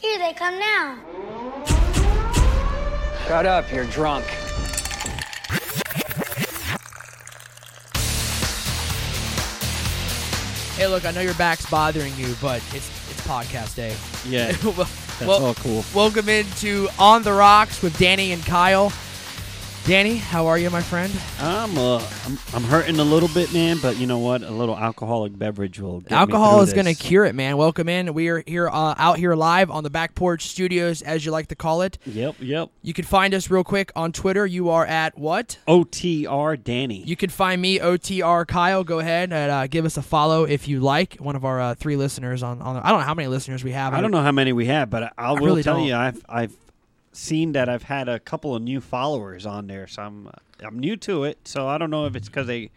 They come now. Shut up, you're drunk. Hey, look, I know your back's bothering you, but it's it's podcast day. Yeah, well, that's all cool. Welcome into On the Rocks with Danny and Kyle. Danny, how are you, my friend? I'm uh, I'm, I'm hurting a little bit, man. But you know what? A little alcoholic beverage will. Get me Alcohol through is going to this. cure it, man. Welcome in. We are here uh, out here live on the back porch studios, as you like to call it. Yep, yep. You can find us real quick on Twitter. You are at what? OTR Danny. You can find me OTR Kyle. Go ahead and uh, give us a follow if you like. One of our uh, three listeners on on. I don't know how many listeners we have. I don't know how many we have, but I, I will really tell don't. you, I've I've seen that I've had a couple of new followers on there, so I'm I'm new to it. So I don't know if it's because they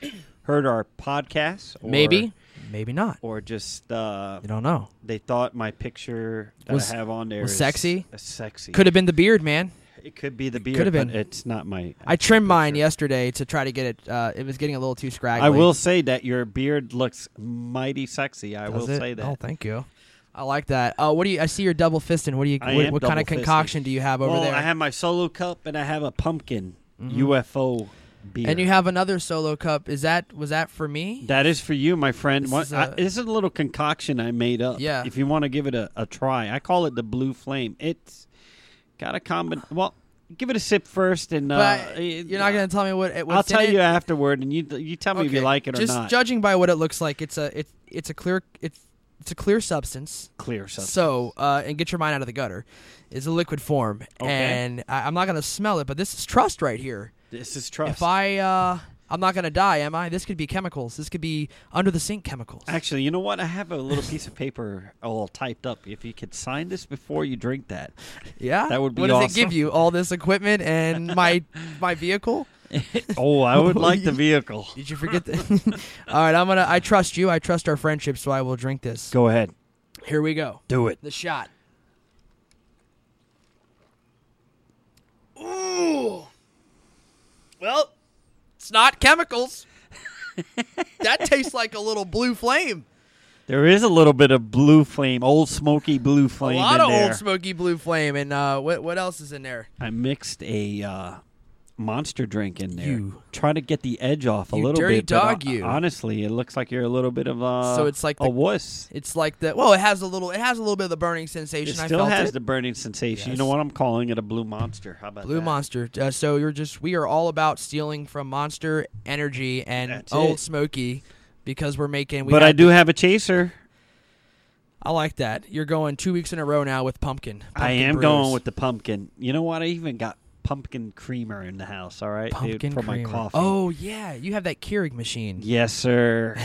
heard our podcast, or, Maybe, maybe not. or just uh, You don't know. they thought my picture that Was- I have on there was is sexy? is sexy. Could have been the beard, man. it could be the beard? could've but been. it's not my. I trimmed mine picture. yesterday to try to get it. Uh, it was getting a little too scraggly. I will say that your beard looks mighty sexy. I Does will it? say that. Oh, thank you. I like that. Uh, what do you? I see you're double fisting. What do you? I what am what kind of double-fisted. concoction do you have over well, there? Mm-hmm. I have my solo cup and I have a pumpkin UFO beer. and you have another solo cup. Is that was that for me? that is for you, my friend. This What- is I- a- This is a little concoction I made up. Yeah. If you want to give it a, a try, I call it the Blue Flame. It's got a common. Well, give it a sip first, and uh, but it- you're not going to tell me what. What's I'll tell in it? you afterward, and you you tell me if you Okay. like it Just or not. judging by what it looks like, it's a it's it's a clear it's it's a clear substance. Clear something. So uh, and get your mind out of the gutter. It's a liquid form, Okay. and I, I'm not gonna smell it. But this is trust right here. this is trust. If I uh, I'm not gonna die, am I? This could be chemicals. This could be under the sink chemicals. Actually, you know what? I have a little piece of paper all typed up. If you could sign this before you drink that, yeah, that would be What does it give awesome. you? All this equipment and my my vehicle. Oh, I would like the vehicle. Did you forget that? All right, I'm gonna. I trust you. I trust our friendship, so I will drink this. Go ahead. Here we go. Do it. The shot. Ooh. Well, it's not chemicals. that tastes like a little blue flame. There is a little bit of blue flame, old smoky blue A flame lot in of there. old smoky blue flame, and uh, what what else is in there? I mixed a uh, monster drink in there. You- Try to get the edge off a You little dirty bit. but dog, hon- you. Honestly, it looks like you're a little bit of a So it's like a the- wuss. It's like the well, it has a little it has a little bit of the burning sensation. It I still felt has it. the burning sensation. Yes. You know what? I'm calling it a blue monster. How about Blue that? Monster. Uh, so you're just we are all about stealing from Monster Energy and That's Old it. Smoky because we're making. We But had I do have a chaser. I like that. You're going two weeks in a row now with pumpkin. I Pumpkin am brews. going with the pumpkin. You know what? I even got pumpkin creamer in the house. All right, pumpkin dude, for creamer. my coffee. Oh yeah, you have that Keurig machine. yes, sir.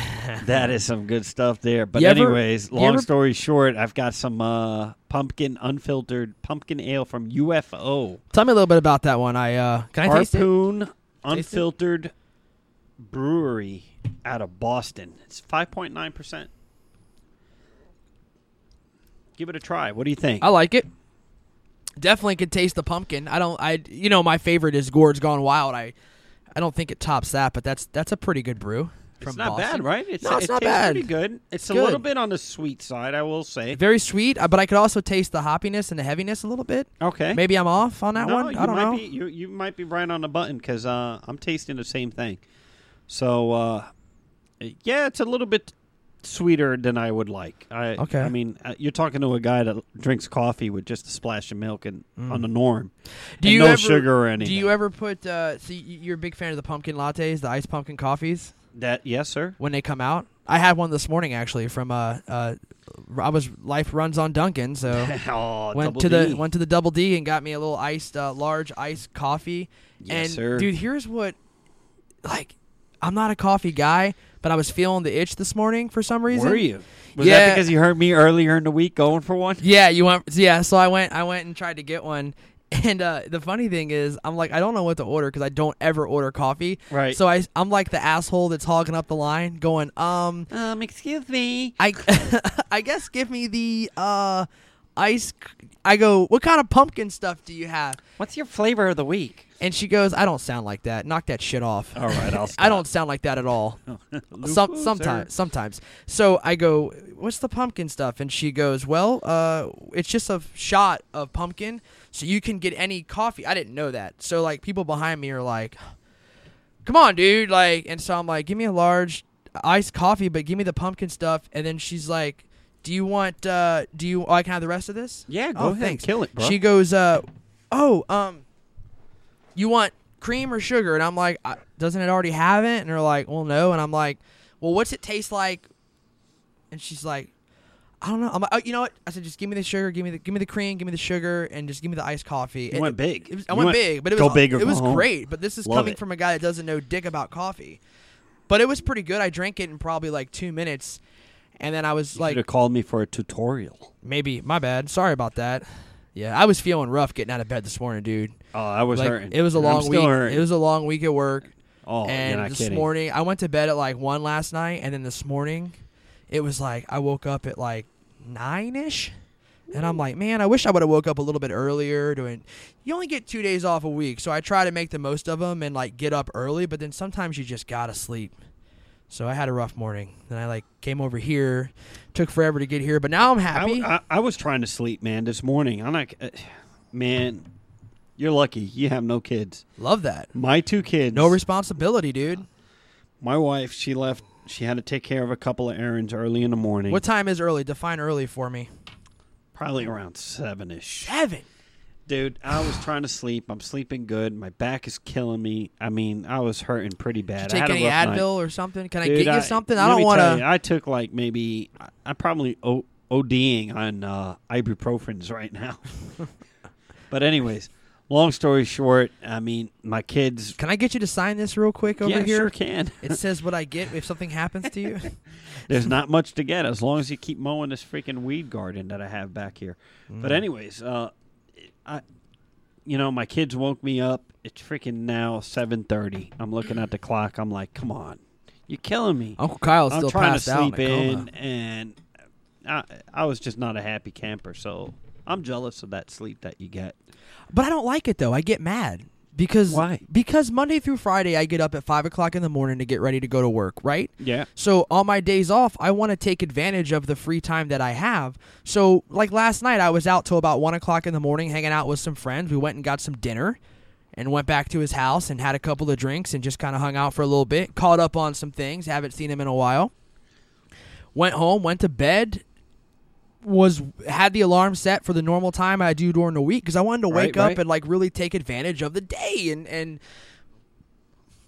that is some good stuff there. But You ever- anyways, you long ever- story short, I've got some uh, pumpkin unfiltered pumpkin ale from UFO Tell me a little bit about that one. I uh, can I taste it? Harpoon Unfiltered Brewery out of Boston. It's five point nine percent. Give it a try. What do you think? I like it. Definitely could taste the pumpkin. I don't. I you know my favorite is Gourd's Gone Wild. I I don't think it tops that, but that's that's a pretty good brew. From it's not Boston. bad, right? It's, No, it's it not tastes bad. pretty good. It's, a good. little bit on the sweet side, I will say. Very sweet, uh, but I could also taste the hoppiness and the heaviness a little bit. Okay. Maybe I'm off on that no, one. You I don't might know. Be, you, you might be right on the button because uh, I'm tasting the same thing. So, uh, yeah, it's a little bit sweeter than I would like. I, Okay. I mean, uh, you're talking to a guy that drinks coffee with just a splash of milk and on the norm. Mm. do and you no ever, sugar or anything? Do you ever put? Uh, see, y- you're a big fan of the pumpkin lattes, the iced pumpkin coffees. that? Yes, sir. when they come out. I had one this morning actually from uh, uh I was life runs on Dunkin', so oh, went double to D. the went to the Double D and got me a little iced uh, large iced coffee. Yes, and sir. dude, here's what like I'm not a coffee guy, but I was feeling the itch this morning for some reason. Were you? Was Yeah. that because you heard me earlier in the week going for one? Yeah, you went. Yeah, so I went. I went and tried to get one. And uh, the funny thing is, I'm like, I don't know what to order because I don't ever order coffee. Right. So I, I'm like the asshole that's hogging up the line, going, um, Um, excuse me. I I guess give me the uh ice. c- I go, what kind of pumpkin stuff do you have? What's your flavor of the week? And she goes, I don't sound like that. Knock that shit off. All right, I'll I stop. don't sound like that at all. Lupus Some, or- sometimes, sometimes. So I go, "What's the pumpkin stuff?" And she goes, "Well, uh, it's just a shot of pumpkin, so you can get any coffee." I didn't know that. So like, people behind me are like, "Come on, dude!" Like, and so I'm like, "Give me a large iced coffee, but give me the pumpkin stuff." And then she's like, "Do you want? Uh, do you? Oh, I can have the rest of this?" Yeah, go oh, ahead, thanks. kill it, bro. She goes, uh, "Oh, um." you want cream or sugar? And I'm like, I, doesn't it already have it? And they're like, well, no. And I'm like, well, what's it taste like? And she's like, I don't know. I'm like, oh, you know what? I said, just give me the sugar, give me the give me the cream, give me the sugar, and just give me the iced coffee. You It- went big. It was, I You went, went big, but it was go big or it go was home. great. But this is Love coming it. from a guy that doesn't know dick about coffee. But it was pretty good. I drank it in probably like two minutes, and then I was Like, like, Should have called me for a tutorial. maybe my bad. Sorry about that. Yeah, I was feeling rough getting out of bed this morning, dude. Oh, I was Like, hurting. It was a And long I'm still week. hurting. It was a long week at work. Oh, and you're not this kidding. morning, I went to bed at like one last night, and then this morning, it was like I woke up at like nine ish, and I'm like, man, I wish I would have woke up a little bit earlier. Doing, you only get two days off a week, so I try to make the most of them and like get up early. But then sometimes you just gotta sleep. So I had a rough morning. Then I like came over here, took forever to get here, but now I'm I, happy. w- I- I was trying to sleep, man, this morning. I'm like, uh, man, you're lucky. You have no kids. Love that. My two kids. No responsibility, dude. my wife, she left. She had to take care of a couple of errands early in the morning. What time is early? Define early for me. Probably around seven ish. Seven. Dude, I was trying to sleep. I'm sleeping good. My back is killing me. I mean, I was hurting pretty bad. I Take had a any rough night. Advil or something? Can I Dude, get you something? I let don't me want tell you, to. I took like maybe I, I probably o- ODing on uh, ibuprofens right now. but anyways, long story short, I mean my kids. Can I get you to sign this real quick over yeah, here? sure can. It says what I get if something happens to you. There's not much to get as long as you keep mowing this freaking weed garden that I have back here. But anyways, uh, I, you know, my kids woke me up. It's freaking now seven thirty. I'm looking at the clock. I'm like, come on, you're killing me. Uncle Kyle's I'm still trying passed to out sleep in, a coma. in, and I, I was just not a happy camper, so I'm jealous of that sleep that you get. But I don't like it though. I get mad because Why? Because Monday through Friday I get up at five o'clock in the morning to get ready to go to work. Right? Yeah. So on my days off, I want to take advantage of the free time that I have. So like last night, I was out till about one o'clock in the morning, hanging out with some friends. We went and got some dinner, and went back to his house and had a couple of drinks and just kind of hung out for a little bit. Caught up on some things. Haven't seen him in a while. Went home. Went to bed. Was had the alarm set for the normal time I do during the week because I wanted to Right, wake right. up and like really take advantage of the day and and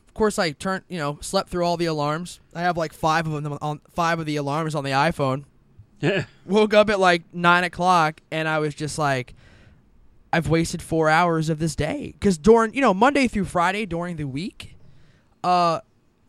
of course I turned, you know, slept through all the alarms. I have like five of them on five of the alarms on the iPhone. Woke up at like nine o'clock and I was just like, I've wasted four hours of this day because during you know Monday through Friday during the week, uh,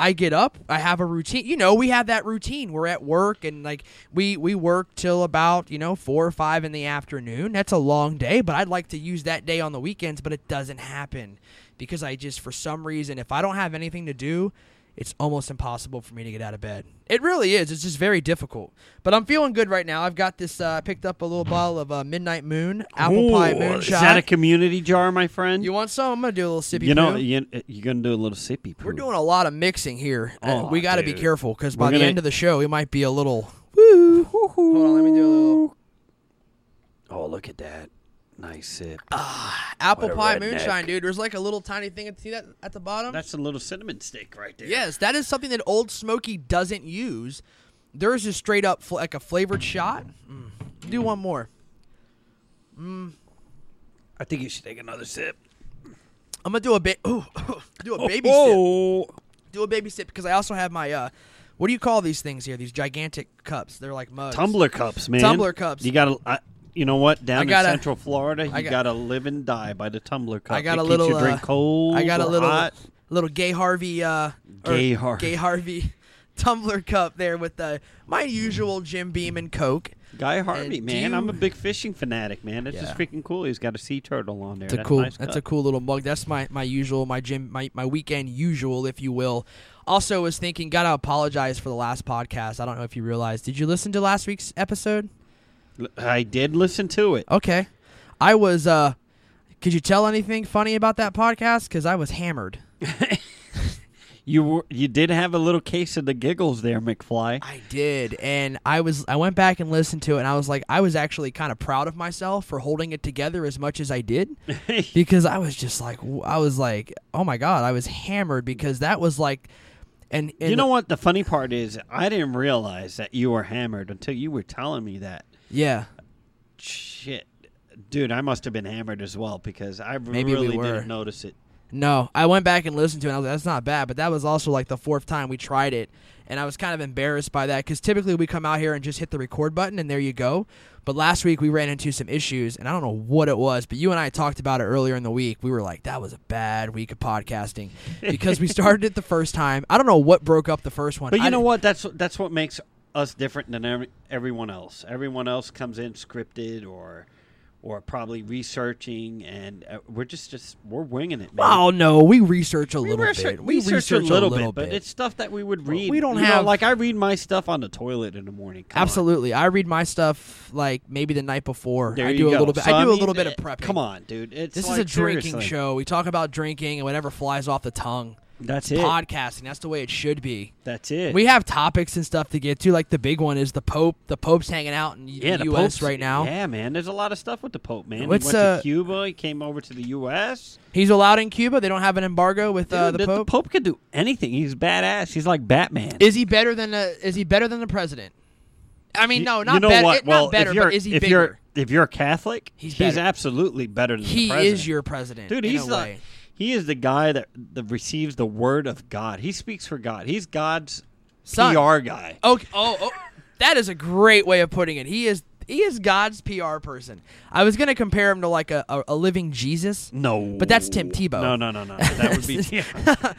I get up, I have a routine. You know, we have that routine. We're at work and like we we work till about you know four or five in the afternoon. That's a long day, but I'd like to use that day on the weekends, but it doesn't happen because I just for some reason if I don't have anything to do. It's almost impossible for me to get out of bed. It really is. It's just very difficult. But I'm feeling good right now. I've got this. Uh, I picked up a little bottle of uh, Midnight Moon apple pie Ooh, moonshot. Is that a community jar, my friend? You want some? I'm gonna do a little sippy. You know, poo. you, you're going to do a little sippy poo. we're doing a lot of mixing here. Uh, Oh, we got to be dude. careful because We're by the gonna- end of the show, we might be a little. Woo. Hold on, let me do a little Oh, look at that. Nice sip. apple What a pie redneck. moonshine, dude. There's like a little tiny thing. See that at the bottom? That's a little cinnamon stick right there. yes, that is something that Old Smoky doesn't use. Theirs is straight up fl- like a flavored shot. Mm. Do one more. I think you should take another sip. I'm gonna do a bit. Ooh, do a baby sip. oh. Do a baby sip because I also have my uh, what do you call these things here? These gigantic cups. They're like mugs. Tumbler cups, man. Tumbler cups. You got to. You know what? Down gotta- in Central Florida, you I got- got to live and die by the tumbler cup. I got it a keeps little. Your drink uh, cold. I got a or little hot. little gay Harvey. Uh, or Gay Harvey. Gay Harvey tumbler cup there with the my usual Jim Beam and Coke. Guy Harvey, do man. you- I'm a big fishing fanatic, man. That's just Yeah. freaking cool. He's got a sea turtle on there. It's a That's cool. nice that's cup. a cool little mug. That's my my usual my gym my my weekend usual, if you will. Also, was thinking, gotta apologize for the last podcast. I don't know if you realized. Did you listen to last week's episode? I did listen to it. Okay. I was uh could you tell anything funny about that podcast cuz I was hammered. You were, you did have a little case of the giggles there, McFly. I did and I was I went back and listened to it and I was like I was actually kind of proud of myself for holding it together as much as I did because I was just like w- I was like oh my god, I was hammered because that was like and, and you know what? The funny part is, I didn't realize that you were hammered until you were telling me that. yeah. Shit, dude, I must have been hammered as well because I Maybe we really were. didn't notice it. No, I went back and listened to it. And I was like, that's not bad, but that was also like the fourth time we tried it, and I was kind of embarrassed by that because typically we come out here and just hit the record button and there you go. But last week we ran into some issues, and I don't know what it was, but you and I talked about it earlier in the week. We were like, that was a bad week of podcasting because we started it the first time. I don't know what broke up the first one. But you I know didn't- what? That's that's what makes us different than every, everyone else. Everyone else comes in scripted or or probably researching, and uh, we're just just we're winging it, man. Oh no, we research a we little research, bit. We research a little, bit, but it's stuff that we would read. we don't you know, have- like I read my stuff on the toilet in the morning. Come on. Absolutely, I read my stuff like maybe the night before. There I you do a go. little bit. So, I do a mean, little bit of eh, prepping. Come on, dude. It's This is like, a drinking seriously. show. We talk about drinking and whatever flies off the tongue. That's it. Podcasting. That's the way it should be. That's it. We have topics and stuff to get to. Like the big one is the Pope. The Pope's hanging out in yeah, the the U.S. Pope's- right now. Yeah, man. There's a lot of stuff with the Pope, man. What's, he went uh, to Cuba. He came over to the U.S. He's allowed in Cuba. They don't have an embargo with uh, Dude, the Pope. could do anything. He's badass. He's like Batman. Is he better than the? Is he better than the president? I mean, You- no, you not know better. What? it- Well, not better, if you're, but is he if bigger? You're, if you're a Catholic, He's he's, better. absolutely better than he the is president. your president, dude. in He's a the way. he is the guy that, that receives the word of God. He speaks for God. He's God's Son. PR guy. Okay. Oh, oh, that is a great way of putting it. He is he is God's PR person. I was gonna compare him to like a, a, a living Jesus, No, But that's Tim Tebow. No, no, no, no. That would be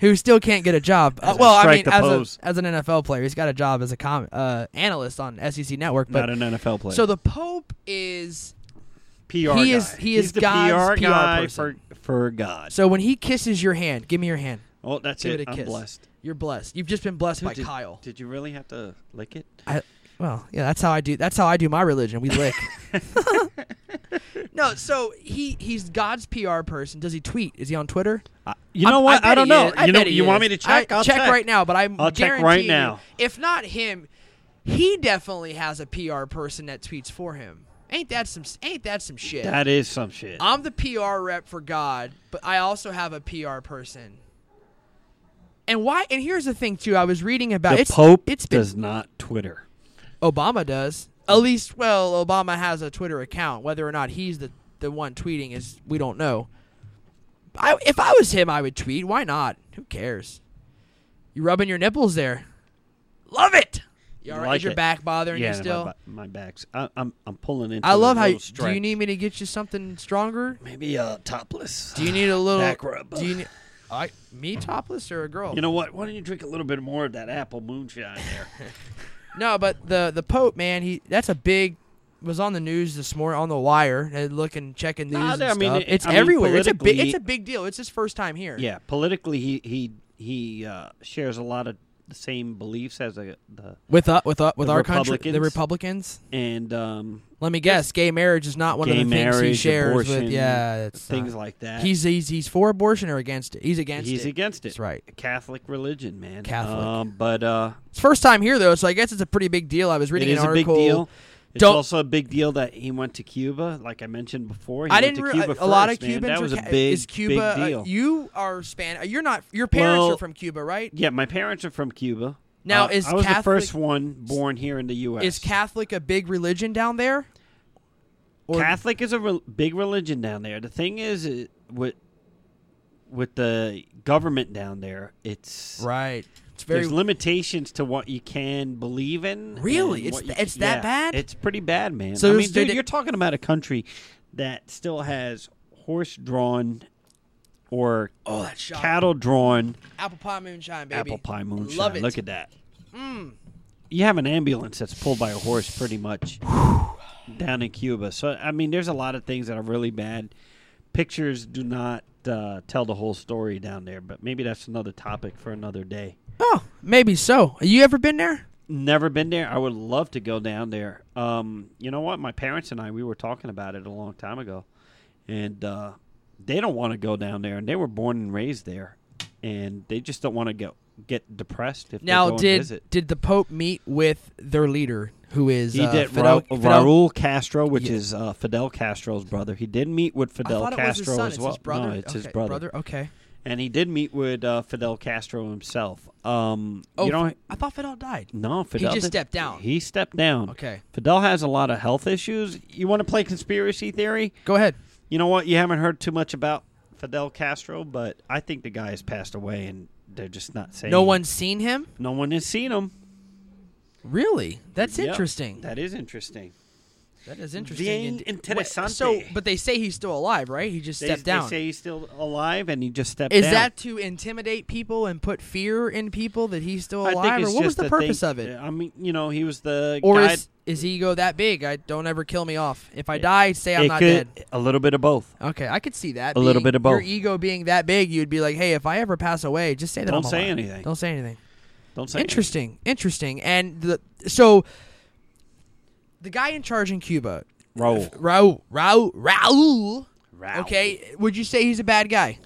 who still can't get a job. Uh, well, I strike mean, the as, pose. a, as an NFL player, he's got a job as a com- uh, analyst on SEC Network. But not an NFL player. so the Pope is PR he guy. is- he He's is the God's PR PR guy person. for for God. so when he kisses your hand, give me your hand. Oh, that's Give it. it a I'm kiss. blessed. You're blessed. You've just been blessed by did, Kyle. Did you really have to lick it? I well, yeah, that's how I do. That's how I do my religion. We lick. no, so he he's God's PR person. Does he tweet? Is he on Twitter? I- you know I'm- what? I, I, bet don't he know. is. I you know, bet he you want me is. to check? I- I'll check, right now, but I'm I'll check right guaranteeing you, now. if not him, he definitely has a PR person that tweets for him. Ain't that some? Ain't that some shit? That is some shit. I'm the PR rep for God, but I also have a PR person. And why? And here's the thing too. I was reading about the it's, Pope It's been does not Twitter. Obama does. At Mm. least, well, Obama has a Twitter account. Whether or not he's the, the one tweeting is we don't know. I, if I was him, I would tweet. Why not? Who cares? You rubbing your nipples there. Love it. You all right? Like is your it. back bothering yeah, you still? My, ba- my back's. I, I'm I'm pulling into. I a love how. little You, do you stretch. need me to get you something stronger? maybe uh topless? Do you need a little? Back rub. Do you need? I me topless or a girl? You know what? Why don't you drink a little bit more of that apple moonshine there? No, but the the Pope man, he that's a big was on the news this morning on the wire and looking checking news. Nah, and I mean, stuff. it- it's I mean, everywhere. It's a big politically- it's a big deal. It's his first time here. yeah, politically, he he he uh, shares a lot of the same beliefs as a, the With uh, with uh, with The our country, the Republicans. Republicans? and um, Let me guess, gay marriage is not one of gay the things marriage, he shares abortion, with. Yeah, it's things not. like that. he's he's he's for abortion or against it. He's against he's it. against it. That's right. Catholic religion, man. Catholic. Um, but uh, It's first time here though, so I guess it's a pretty big deal. I was it reading is an a big article. deal. It's Don't- also a big deal that he went to Cuba, like I mentioned before. He I went didn't. to Re- Cuba a lot of first, man. Cubans That are was a ca- big, is Cuba. big uh, deal. you are Spanish. You're not. Your parents Well- are from Cuba, right? yeah, my parents are from Cuba. Now, Uh, is I was Catholic- the first one born here in the U.S. Is Catholic a big religion down there? Or Catholic is a re- big religion down there. The thing is, it, with with the government down there, it's right? It's very. there's limitations to what you can believe in. Really? and It's what th- you- it's that bad? It's pretty bad, man. So I there's- mean, they dude, did- you're talking about a country that still has horse-drawn or oh, that shot! cattle-drawn apple pie moonshine, baby. apple pie moonshine. Love it. Hmm. Look at that. You have an ambulance that's pulled by a horse, pretty much, down in Cuba. So I mean, there's a lot of things that are really bad. Pictures do not uh, tell the whole story down there, but maybe that's another topic for another day. Oh, maybe so. Have you ever been there? Never been there. I would love to go down there. Um, you know what? My parents and I we were talking about it a long time ago, and uh, they don't want to go down there. And they were born and raised there, and they just don't want to go get depressed if Now, they go and did visit. did the Pope meet with their leader, who is He uh, did Fidel, Ra- Fidel- Raul Castro, which Yeah. is uh, Fidel Castro's brother. He did meet with I Fidel thought it was his Castro son. as It's well. his brother. No, it's his Okay, brother. Okay. and he did meet with uh, Fidel Castro himself. Um, Oh, you know, F- I thought Fidel died. no, Fidel just did- stepped down. He stepped down. Okay. Fidel has a lot of health issues. You want to play conspiracy theory? Go ahead. You know what? You haven't heard too much about Fidel Castro, but I think the guy has passed away, and they're just not saying. No one's seen him. no one has seen him. Really? That's Yep. interesting. That is interesting. that is interesting. Bien and- interesante. So, but they say he's still alive, right? He just They, stepped they down. say he's still alive, and he just stepped. is down. that to intimidate people and put fear in people that he's still I think alive, it's or what was just the a purpose thing- of it? I mean, you know, he was the Or guy. is is ego that big? I don't ever kill me off. If I die, say I'm it not dead. could a little bit of both. Okay, I could see that. A little being- bit of both. Your ego being that big, you'd be like, "Hey, if I ever pass away, just say that." Don't I'm say alive. anything. Don't say anything. Don't say Interesting, interesting. And the so the guy in charge in Cuba, Raul. Raul, Raul, Raul. Raul. Okay, would you say he's a bad guy?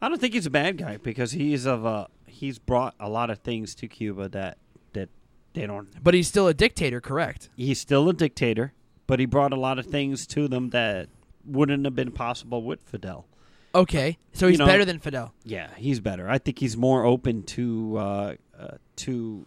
I don't think he's a bad guy because he's of a he's brought a lot of things to Cuba that that they don't. But he's still a dictator, correct? He's still a dictator, but he brought a lot of things to them that wouldn't have been possible with Fidel. Okay, so You he's know- better than Fidel. Yeah, he's better. I think he's more open to uh, uh, to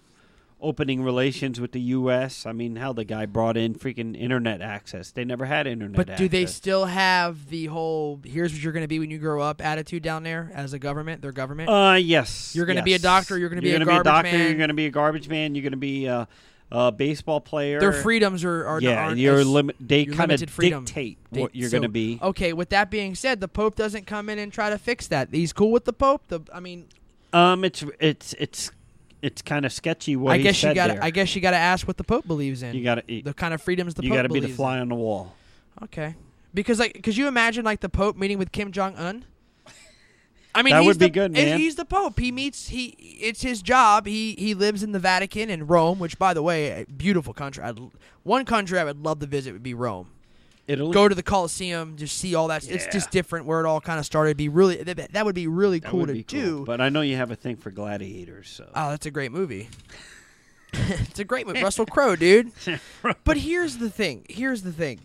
opening relations with the U.S. I mean, how the guy brought in freaking internet access. They never had internet. But do they access. still have the whole "here's what you're going to be when you grow up" attitude down there as a government? Their government. Uh, yes. You're gonna yes. be a doctor, you're gonna be a gonna garbage doctor, man. You're going to be a garbage man. You're going to be a, a baseball player. Their freedoms are, are Yeah, aren't you're as- limit. They your kind of limited freedom. dictate They- what you're so- going to be. Okay, with that being said, the Pope doesn't come in and try to fix that. He's cool with the Pope. The I mean, Um, it's it's it's it's kind of sketchy what I he guess you said got. there. I guess you got to ask what the Pope believes in. you got to the kind of freedoms the you Pope got to be the believes in. fly on the wall. Okay, because like, could you imagine like the Pope meeting with Kim Jong Un? I mean, That he's would be the- good, he's- man. He's the Pope. He meets. He it's his job. He he lives in the Vatican and Rome, which, by the way, a beautiful country. I'd, l- one country I would love to visit would be Rome. Italy. Go to the Colosseum, just see all that. It's Yeah. just different where it all kind of started. Be really that, that would be really That cool would to be do. But I know you have a thing for gladiators. So Oh, that's a great movie. it's a great movie. Russell Crowe, dude. But here's the thing. Here's the thing.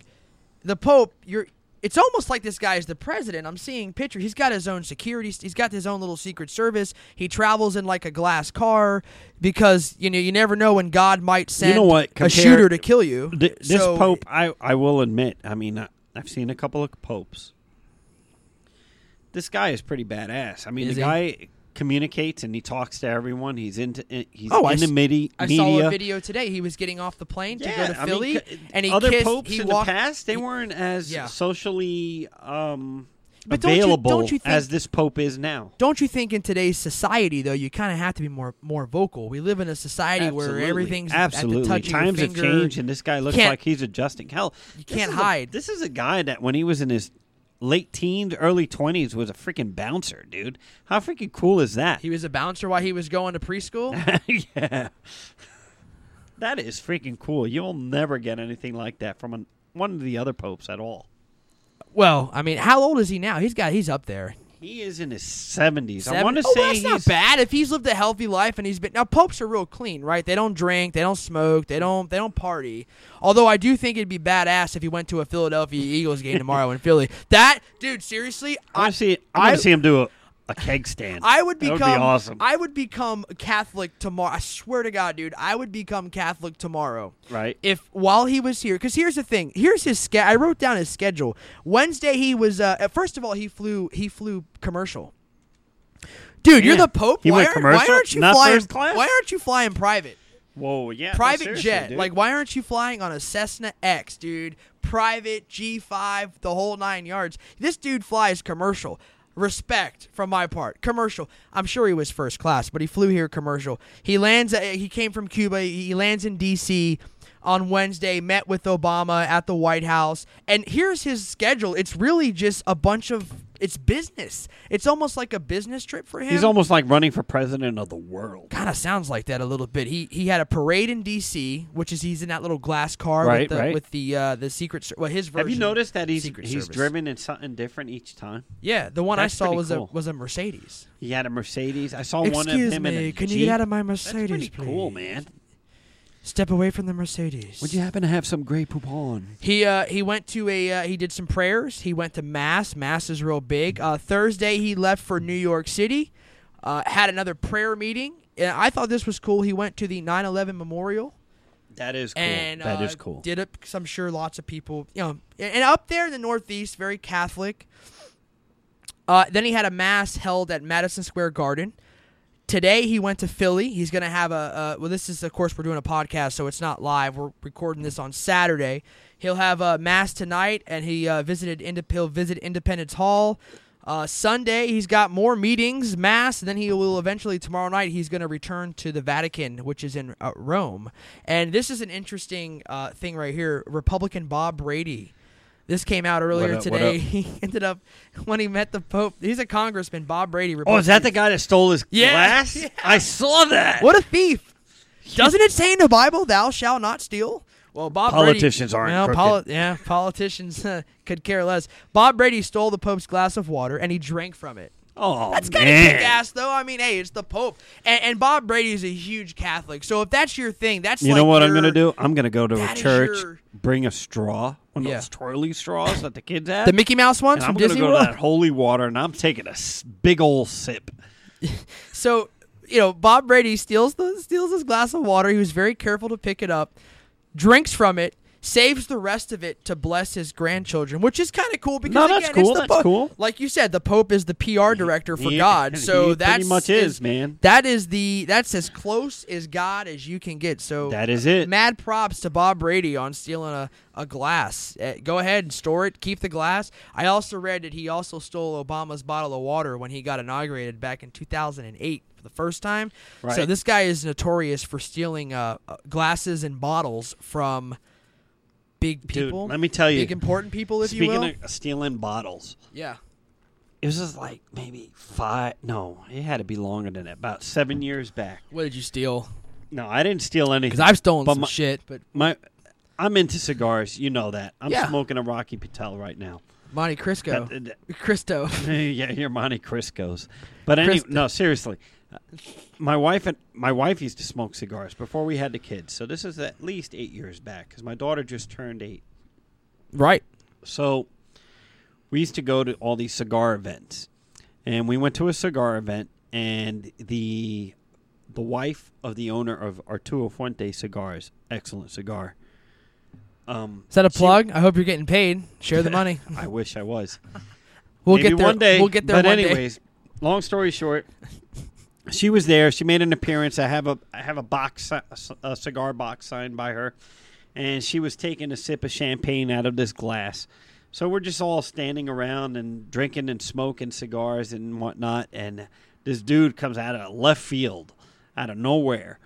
The Pope, you're it's almost like this guy is the president. I'm seeing pictures. He's got his own security. He's got his own little secret service. He travels in like a glass car because you know you never know when God might send know what? a Compare- shooter to kill you. Th- this So- pope, I I will admit. I mean, I, I've seen a couple of popes. This guy is pretty badass. I mean, Is the he? guy communicates and he talks to everyone. He's into eh, he's Oh, I in the s- midi- I media. saw a video today. He was getting off the plane to go to I mean, Philly, c- and he other kissed. popes he in walked. the past they weren't as Yeah. socially um, But don't you- available don't you think- as this pope is now. don't you think in today's society though you kind of have to be more more vocal we live in a society where Absolutely. everything's absolutely at the touch of times your have finger. changed, and this guy looks Can't- like he's adjusting. Hell, you can't hide. this is a guy that when he was in his late teens, early twenties, was a freaking bouncer, dude. How freaking cool is that? he was a bouncer while he was going to preschool yeah, that is freaking cool. You'll never get anything like that from an, one of the other popes at all. well i mean how old is he now he's got he's up there He is in his seventies. I Seven- want to oh, say that's not he's- bad if he's lived a healthy life and he's been now popes are real clean right they don't drink they don't smoke they don't they don't party although i do think it'd be badass if he went to a philadelphia eagles game tomorrow in philly that dude seriously I want to see. I I- want to see him do a, a keg stand. I would That become be awesome. I would become Catholic tomorrow. I swear to God, dude, I would become Catholic tomorrow. Right. If while he was here, because here's the thing. Here's his schedule. I wrote down his schedule. Wednesday he was. Uh, uh, first of all, he flew. He flew commercial. Dude, you're Yeah. the Pope. He why, went aren't, commercial? why aren't you Not flying? first class? Why aren't you flying private? Whoa, yeah, no, private seriously, jet. dude. Like, why aren't you flying on a Cessna X, dude? Private G5, the whole nine yards. This dude flies commercial. Respect from my part. Commercial. I'm sure he was first class, but he flew here commercial. He lands. uh, He came from Cuba. He lands in D.C. on Wednesday. Met with Obama at the White House. And here's his schedule. It's really just a bunch of It's business. It's almost like a business trip for him. He's almost like running for president of the world. kind of sounds like that a little bit. He he had a parade in D.C., which is he's in that little glass car Right, with the right. with the uh, the secret. Ser- Well, his version. Have you noticed that he's Secret he's Service. driven in something different each time? Yeah, the one That's I saw pretty was cool. a was a Mercedes. He had a Mercedes. I saw one of Excuse him in me, a can Jeep. you get out of my That's Mercedes, pretty please? cool, man. Step away from the Mercedes. Would you happen to have some Grey Poupon? He uh, he went to a uh, he did some prayers. He went to mass. Mass is real big. Uh, Thursday he left for New York City. Uh, had another prayer meeting. And I thought this was cool. He went to the 9/11 memorial That is cool. and that uh, is cool. Did it because I'm sure lots of people you know and, and up there in the Northeast, very Catholic. Uh, then he had a mass held at Madison Square Garden. Today he went to Philly. He's going to have a uh, well. This is of course we're doing a podcast, so it's not live. We're recording this on Saturday. He'll have a mass tonight, and he uh, visited Indep- he'll visit Independence Hall. Uh, Sunday he's got more meetings, mass, and then he will eventually tomorrow night he's going to return to the Vatican, which is in uh, Rome. And this is an interesting uh, thing right here. Republican Bob Brady. This came out earlier up, what today. up? He ended up when he met the Pope. He's a congressman, Bob Brady. oh, is that the guy that stole his Yeah, glass? yeah. I saw that. What a thief! Doesn't it say in the Bible, "Thou shalt not steal"? Well, Bob Brady- Politicians aren't No, crooked. poli- yeah, politicians uh, could care less. Bob Brady stole the Pope's glass of water and he drank from it. Oh, That's kind of man. kick ass, though. I mean, hey, it's the Pope, and, and Bob Brady is a huge Catholic. So if that's your thing, that's You like know what I'm your- gonna do? I'm gonna go to a That is church, your- bring a straw, one of Yeah. those twirly straws that the kids have, The Mickey Mouse ones and I'm from gonna Disney go World. to that holy water, and I'm taking a s- big old sip. So, you know, Bob Brady steals the steals his glass of water. He was very careful to pick it up, drinks from it, saves the rest of it to bless his grandchildren, which is kind of cool because No, that's again, cool, it's the that's Pope. cool. Like you said, the Pope is the PR director for He- God, he so pretty that's much is, man. That is the that's as close as God as you can get. So That is it. Mad props to Bob Brady on stealing a, a glass. Uh, go ahead and store it. Keep the glass. I also read that he also stole Obama's bottle of water when he got inaugurated back in 2008 for the first time. So Right. this guy is notorious for stealing uh, uh, glasses and bottles from big people. let me tell you, Big important people, if you will. Speaking of uh, stealing bottles, yeah. it was just like maybe five. No, it had to be longer than that. About seven years back. What did you steal? No, I didn't steal anything. Because I've stolen But some my- shit, but my I'm into cigars. You know that. I'm Yeah. smoking a Rocky Patel right now. Monte Crisco. That- uh, that- Cristo. yeah, your Monte Crisco's. But any, Cristo. no, seriously, Uh, my wife and my wife used to smoke cigars before we had the kids. So this is at least eight years back because my daughter just turned eight. right. So we used to go to all these cigar events, and we went to a cigar event, and the the wife of the owner of Arturo Fuente Cigars, excellent cigar. Um, Is that a she- plug? I hope you're getting paid. Share the money. I wish I was. We'll Maybe get there one day. We'll get there But one day. anyways, long story short, she was there. She made an appearance. I have a I have a box a c- a cigar box signed by her, and she was taking a sip of champagne out of this glass. So we're just all standing around and drinking and smoking cigars and whatnot. And this dude comes out of left field, out of nowhere,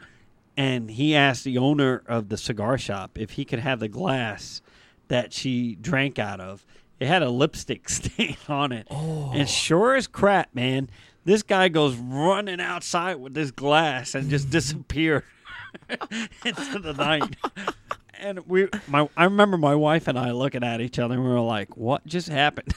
and he asked the owner of the cigar shop if he could have the glass that she drank out of. It had a lipstick stain on it. Oh. And sure as crap, man, this guy goes running outside with this glass and just disappeared into the night. And we my I remember my wife and I looking at each other and we were like, What just happened?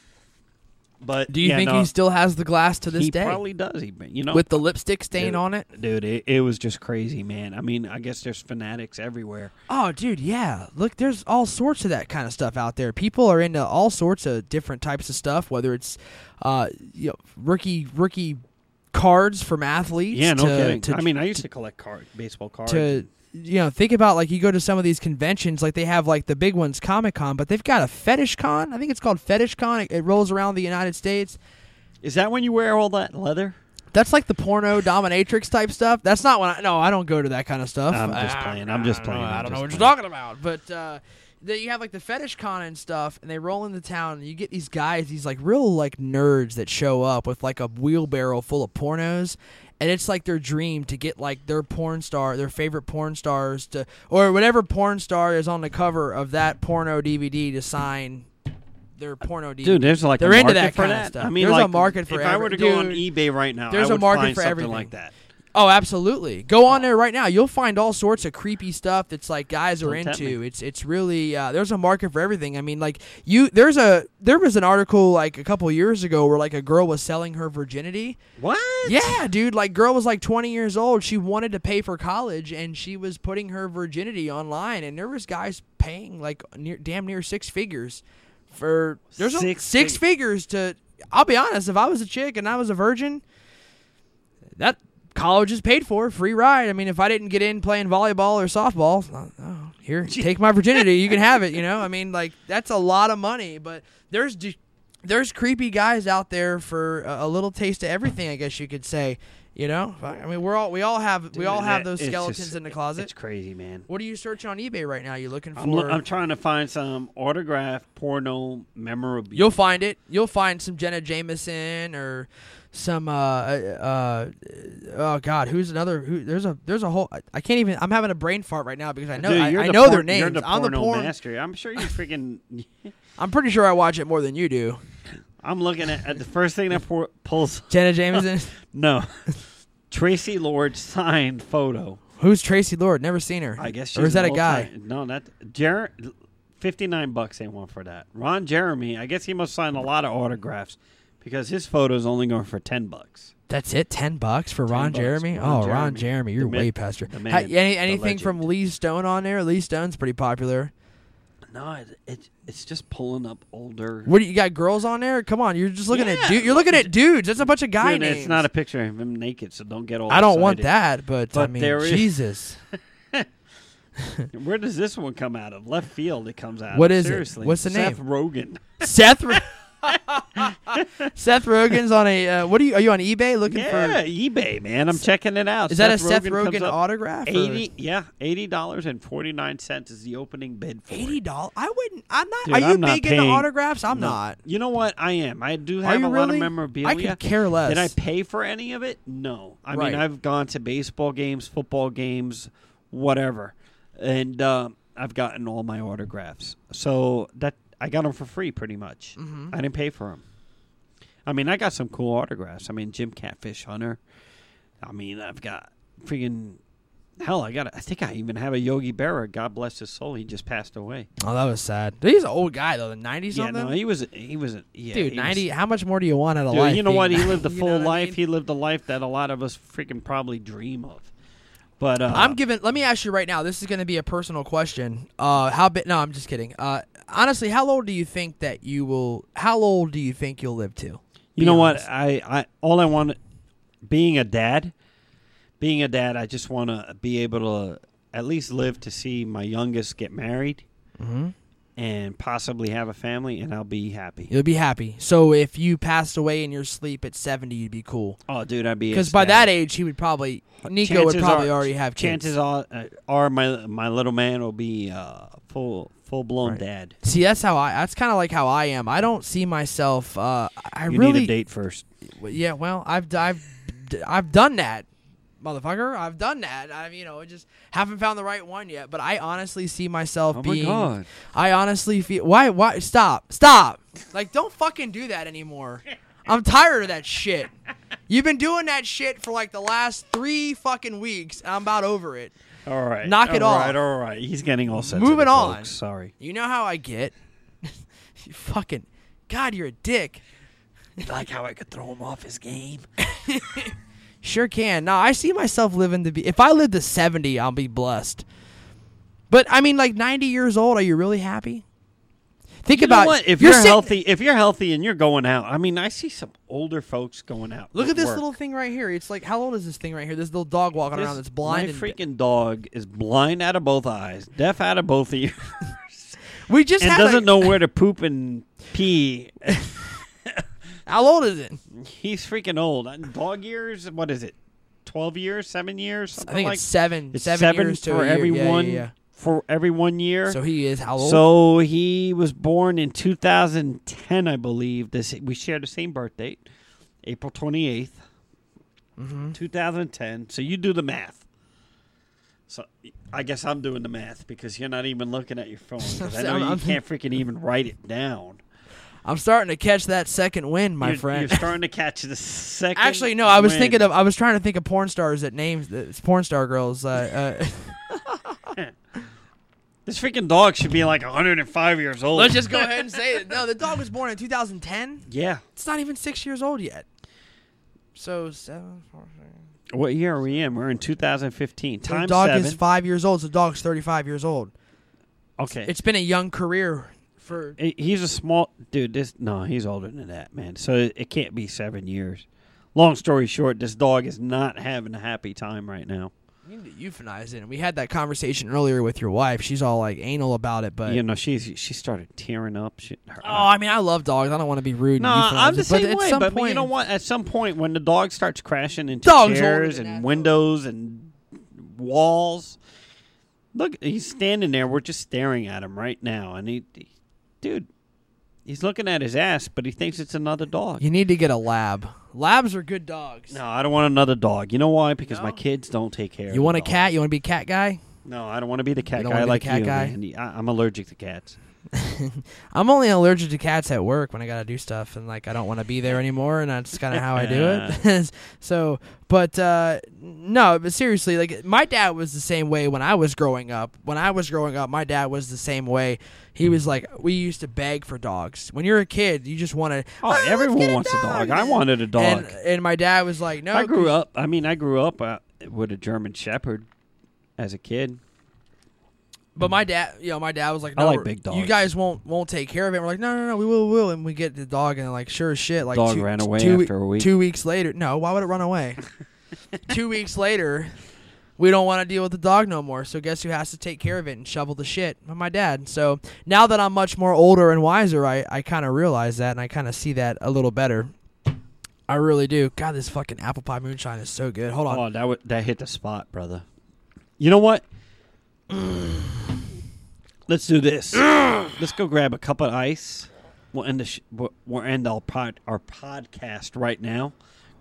but Do you yeah, think no, he still has the glass to this he day probably does. He you know with the lipstick stain Dude, on it? Dude, it, it was just crazy, man. I mean, I guess there's fanatics everywhere. Oh, dude, yeah. Look, there's all sorts of that kind of stuff out there. People are into all sorts of different types of stuff, whether it's uh, you know, rookie rookie cards from athletes. Yeah, no to- kidding. to I mean, I used to collect card baseball cards. to you know think about like you go to some of these conventions like they have like the big ones comic con but they've got a fetish con i think it's called fetish con it, it rolls around the united states Is that when you wear all that leather? that's like the porno dominatrix type stuff that's not when i no i don't go to that kind of stuff I'm I- just playing. I'm just playing. I don't I'm just know what you're playing. talking about. But uh, that you have like the fetish con and stuff, and they roll into town, and you get these guys, these like real like nerds that show up with like a wheelbarrow full of pornos. And it's like their dream to get like their porn star, their favorite porn stars to, or whatever porn star is on the cover of that porno DVD to sign their porno DVDs. Dude, there's like They're a into market that for kinda that. stuff. I mean, There's a like, market for If I were to every- go on dude, eBay right now, there's a I would market find for something everything. like that. Oh, absolutely. Go on there right now. You'll find all sorts of creepy stuff that's like guys are Don't tempt into. me. It's it's really uh, there's a market for everything. I mean, like you there's a there was an article like a couple years ago where like a girl was selling her virginity. What? Yeah, dude, like girl was like 20 years old. She wanted to pay for college and she was putting her virginity online and there was guys paying like near damn near six figures for there's a- Six six fig- figures to I'll be honest, if I was a chick and I was a virgin, that college is paid for, free ride. I mean, if I didn't get in playing volleyball or softball, oh, oh, here, take my virginity. You can have it. You know, I mean, like that's a lot of money, but there's d- there's creepy guys out there for a, a little taste of everything. I guess you could say. You know, I mean, we're all we all have we Dude, all have that- those it's skeletons just- in the It's closet. crazy, man. What are you searching on eBay right now? You looking for? I'm, lo- I'm trying to find some autographed porno memorabilia. You'll find it. You'll find some Jenna Jameson or some uh uh uh, oh god, who's another who there's a there's a whole I- I can't even I'm having a brain fart right now because I know Dude, I, you're I the know por- their names. You're the I'm the porno porn master. I'm sure you freaking. I'm pretty sure I watch it more than you do. I'm looking at, at the first thing that por- pulls. Jenna Jameson. No, Tracy Lord signed photo. who's Tracy Lord? Never seen her. I guess. Or is she's that a an guy? old-time- No, that Jer. Fifty-nine bucks ain't one for that. Ron Jeremy. I guess he must sign a lot of autographs because his photo's only going for ten bucks. That's it. Ten bucks for Ron bucks. Jeremy. Ron oh, Ron Jeremy, Jeremy. you're The myth, way past her. the Ha- man, any, the anything from legend. Lee Stone on there? Lee Stone's pretty popular. No, it, it it's just pulling up older. What do you got? Girls on there? Come on, you're just looking Yeah. at dude. You're looking at dudes. That's a bunch of guy Dude, names. it's not a picture of him naked, so don't get all. I don't want that, excited. but, I But mean, there is- Jesus, Where does this one come out of? Left field. It comes out. What of. is it? Seriously. What's the Seth name? Rogen. Seth. Ro- Seth Rogen's on a. Uh, what are you? Are you on eBay looking Yeah, for? eBay, man. I'm checking it out. Is that a Seth comes Rogen up- autograph? or- Eighty, yeah, eighty dollars and forty nine cents is the opening bid for. it. Eighty dollars. I wouldn't. I'm not. Dude, are you I'm not big paying- into autographs? I'm No. not. You know what? I am. I do Are have you a really? lot of memorabilia. I could care less. Did I pay for any of it? No. I Right. mean, I've gone to baseball games, football games, whatever, and um, I've gotten all my autographs. So that I got them for free, pretty much. Mm-hmm. I didn't pay for them. I mean, I got some cool autographs. I mean, Jim Catfish Hunter. I mean, I've got freaking hell. I got. I think I even have a Yogi Berra. God bless his soul. He just passed away. Oh, that was sad. Dude, he's an old guy though. The nineties Yeah, on them. no, he was. He was. Yeah, Dude, he was- ninety. How much more do you want out of Dude, life? you know what? He being- lived a you know full what I life. mean? He lived a life that a lot of us freaking probably dream of. But uh, I'm giving. Let me ask you right now. This is going to be a personal question. Uh, how big? No, I'm just kidding. Uh, honestly, how old do you think that you will? How old do you think you'll live to? you know what? I, I all I want, being a dad, being a dad, I just want to be able to at least live to see my youngest get married Mm-hmm. and possibly have a family, and I'll be happy. You'll be happy. So if you passed away in your sleep at 70, you'd be cool. Oh, dude, I'd be Because by that ecstatic. age, he would probably Nico would Chances probably are- already have kids. chances are, uh, are my my little man will be uh, full full blown dad. See, that's how I. That's kind of like how I am. I don't see myself. Uh, I You really. need a date first. Well, Yeah, well, I've I've I've done that, motherfucker. I've done that. I you know, I just haven't found the right one yet. But I honestly see myself Oh my being. God. I honestly feel why why stop stop like don't fucking do that anymore. I'm tired of that shit. You've been doing that shit for like the last three fucking weeks. And I'm about over it. All right. Knock it all off. right, all right. He's getting all sensitive. Moving on. folks. Sorry. You know how I get. you fucking God, you're a dick. like how I could throw him off his game. Sure can. No, I see myself living to be. If I live to seventy, I'll be blessed. But I mean, like ninety years old, are you really happy? Think You about know what? If you're, sitting- healthy, if you're healthy and you're going out, I mean, I see some older folks going out. Look to at this work. little thing right here. It's like, how old is this thing right here? This little dog walking This- around that's blind. My and- freaking dog is blind out of both eyes, deaf out of both ears, we just and had doesn't a- know where to poop and pee. How old is it? He's freaking old. And Dog years? What is it? Twelve years? Seven years? I Something think like it's seven. It's seven, years to for a year. every Yeah, yeah, one. yeah. For every one year. So he is how old? So he was born in 2010, I believe. This we share the same birth date, April 28th, Mm-hmm. 2010. So you do the math. So I guess I'm doing the math because you're not even looking at your phone. 'cause I know I'm- you I'm- can't freaking even write it down. I'm starting to catch that second wind, my you're, friend. You're starting to catch the second. Actually, no. I was wind. thinking of. I was trying to think of porn stars that names that porn star girls. Uh, uh, this freaking dog should be like 105 years old. Let's just go ahead and say it. No, the dog was born in 2010. yeah. It's not even six years old yet. So seven. four, three. What year are we in? We're in 2015. The Time dog seven. is five years old. So the dog's 35 years old. okay. It's been a young career for. He- He's a small dude. This no, he's older than that, man. So it, it can't be seven years. Long story short, this dog is not having a happy time right now. You need to euthanize it. And we had that conversation earlier with your wife. She's all like anal about it, but. you know, she's she started tearing up. She, her, Oh, I mean, I love dogs. I don't want to be rude. no, and euthanize I'm the it, but same at way. some But point, you know what? At some point, when the dog starts crashing into Dog's older chairs than that and dog. windows and walls, look, he's standing there. We're just staring at him right now, and he, he- dude, he's looking at his ass, but he thinks it's another dog. You need to get a lab. Labs are good dogs. No, I don't want another dog. You know why? Because No? my kids don't take care. of You want the a dog. cat? You want to be a cat guy? No, I don't want to be the cat You don't guy wanna be the like cat you. guy? man. I, I'm allergic to cats. I'm only allergic to cats at work when I gotta do stuff, and like I don't want to be there anymore, and that's kind of how I do it. so, but uh, no, but seriously, like my dad was the same way when I was growing up. When I was growing up, my dad was the same way. He was like, we used to beg for dogs. When you're a kid, you just "Ah, want to. Oh, everyone wants a dog. I wanted a dog. And, and my dad was like, no. I grew up. I mean, I grew up uh, with a German Shepherd as a kid. But my dad, you know, my dad was like, I no, like we're- big You dogs. guys won't won't take care of it." We're like, "No, no, no, we will, we will." And we get the dog, and like, sure as shit, like Dog two, ran away two, after a week. Two weeks later, no, why would it run away? two weeks later, we don't want to deal with the dog no more. So guess who has to take care of it and shovel the shit? My dad. So now that I'm much more older and wiser, I I kind of realize that, and I kind of see that a little better. I really do. God, this fucking apple pie moonshine is so good. Hold on. Oh, that would that hit the spot, brother. You know what? Let's do this. Let's go grab a cup of ice. We'll end the sh- we'll we'll end our pod- our podcast right now.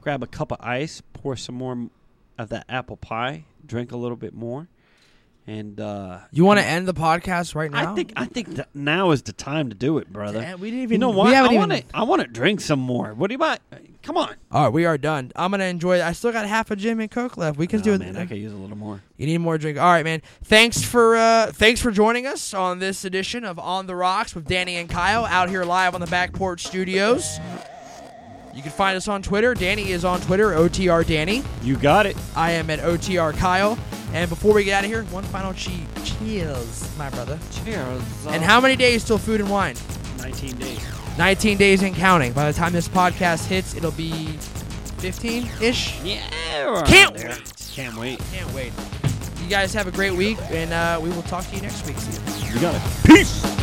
Grab a cup of ice, pour some more m- of that apple pie, drink a little bit more, and uh, You want to end the podcast right now? I think I think that now is the time to do it, brother. Damn, we didn't you even- know we what? haven't I want to even- I want to drink some more. What do you about? Come on. All right, we are done. I'm gonna enjoy. I still got half a Jim and Coke left. We can Nah, do it. Oh, man, I could use a little more. You need more drink. All right, man. Thanks for uh, thanks for joining us on this edition of On the Rocks with Danny and Kyle out here live on the Back Porch Studios. You can find us on Twitter. Danny is on Twitter. OTR Danny. You got it. I am at OTR Kyle. And before we get out of here, one final cheese. Cheers, my brother. Cheers. And how many days till food and wine? 19 days. 19 days and counting. By the time this podcast hits, it'll be 15 ish. Yeah. Can't wait. Can't wait. Can't wait. You guys have a great week, and uh, we will talk to you next week. See you. You got it. Peace.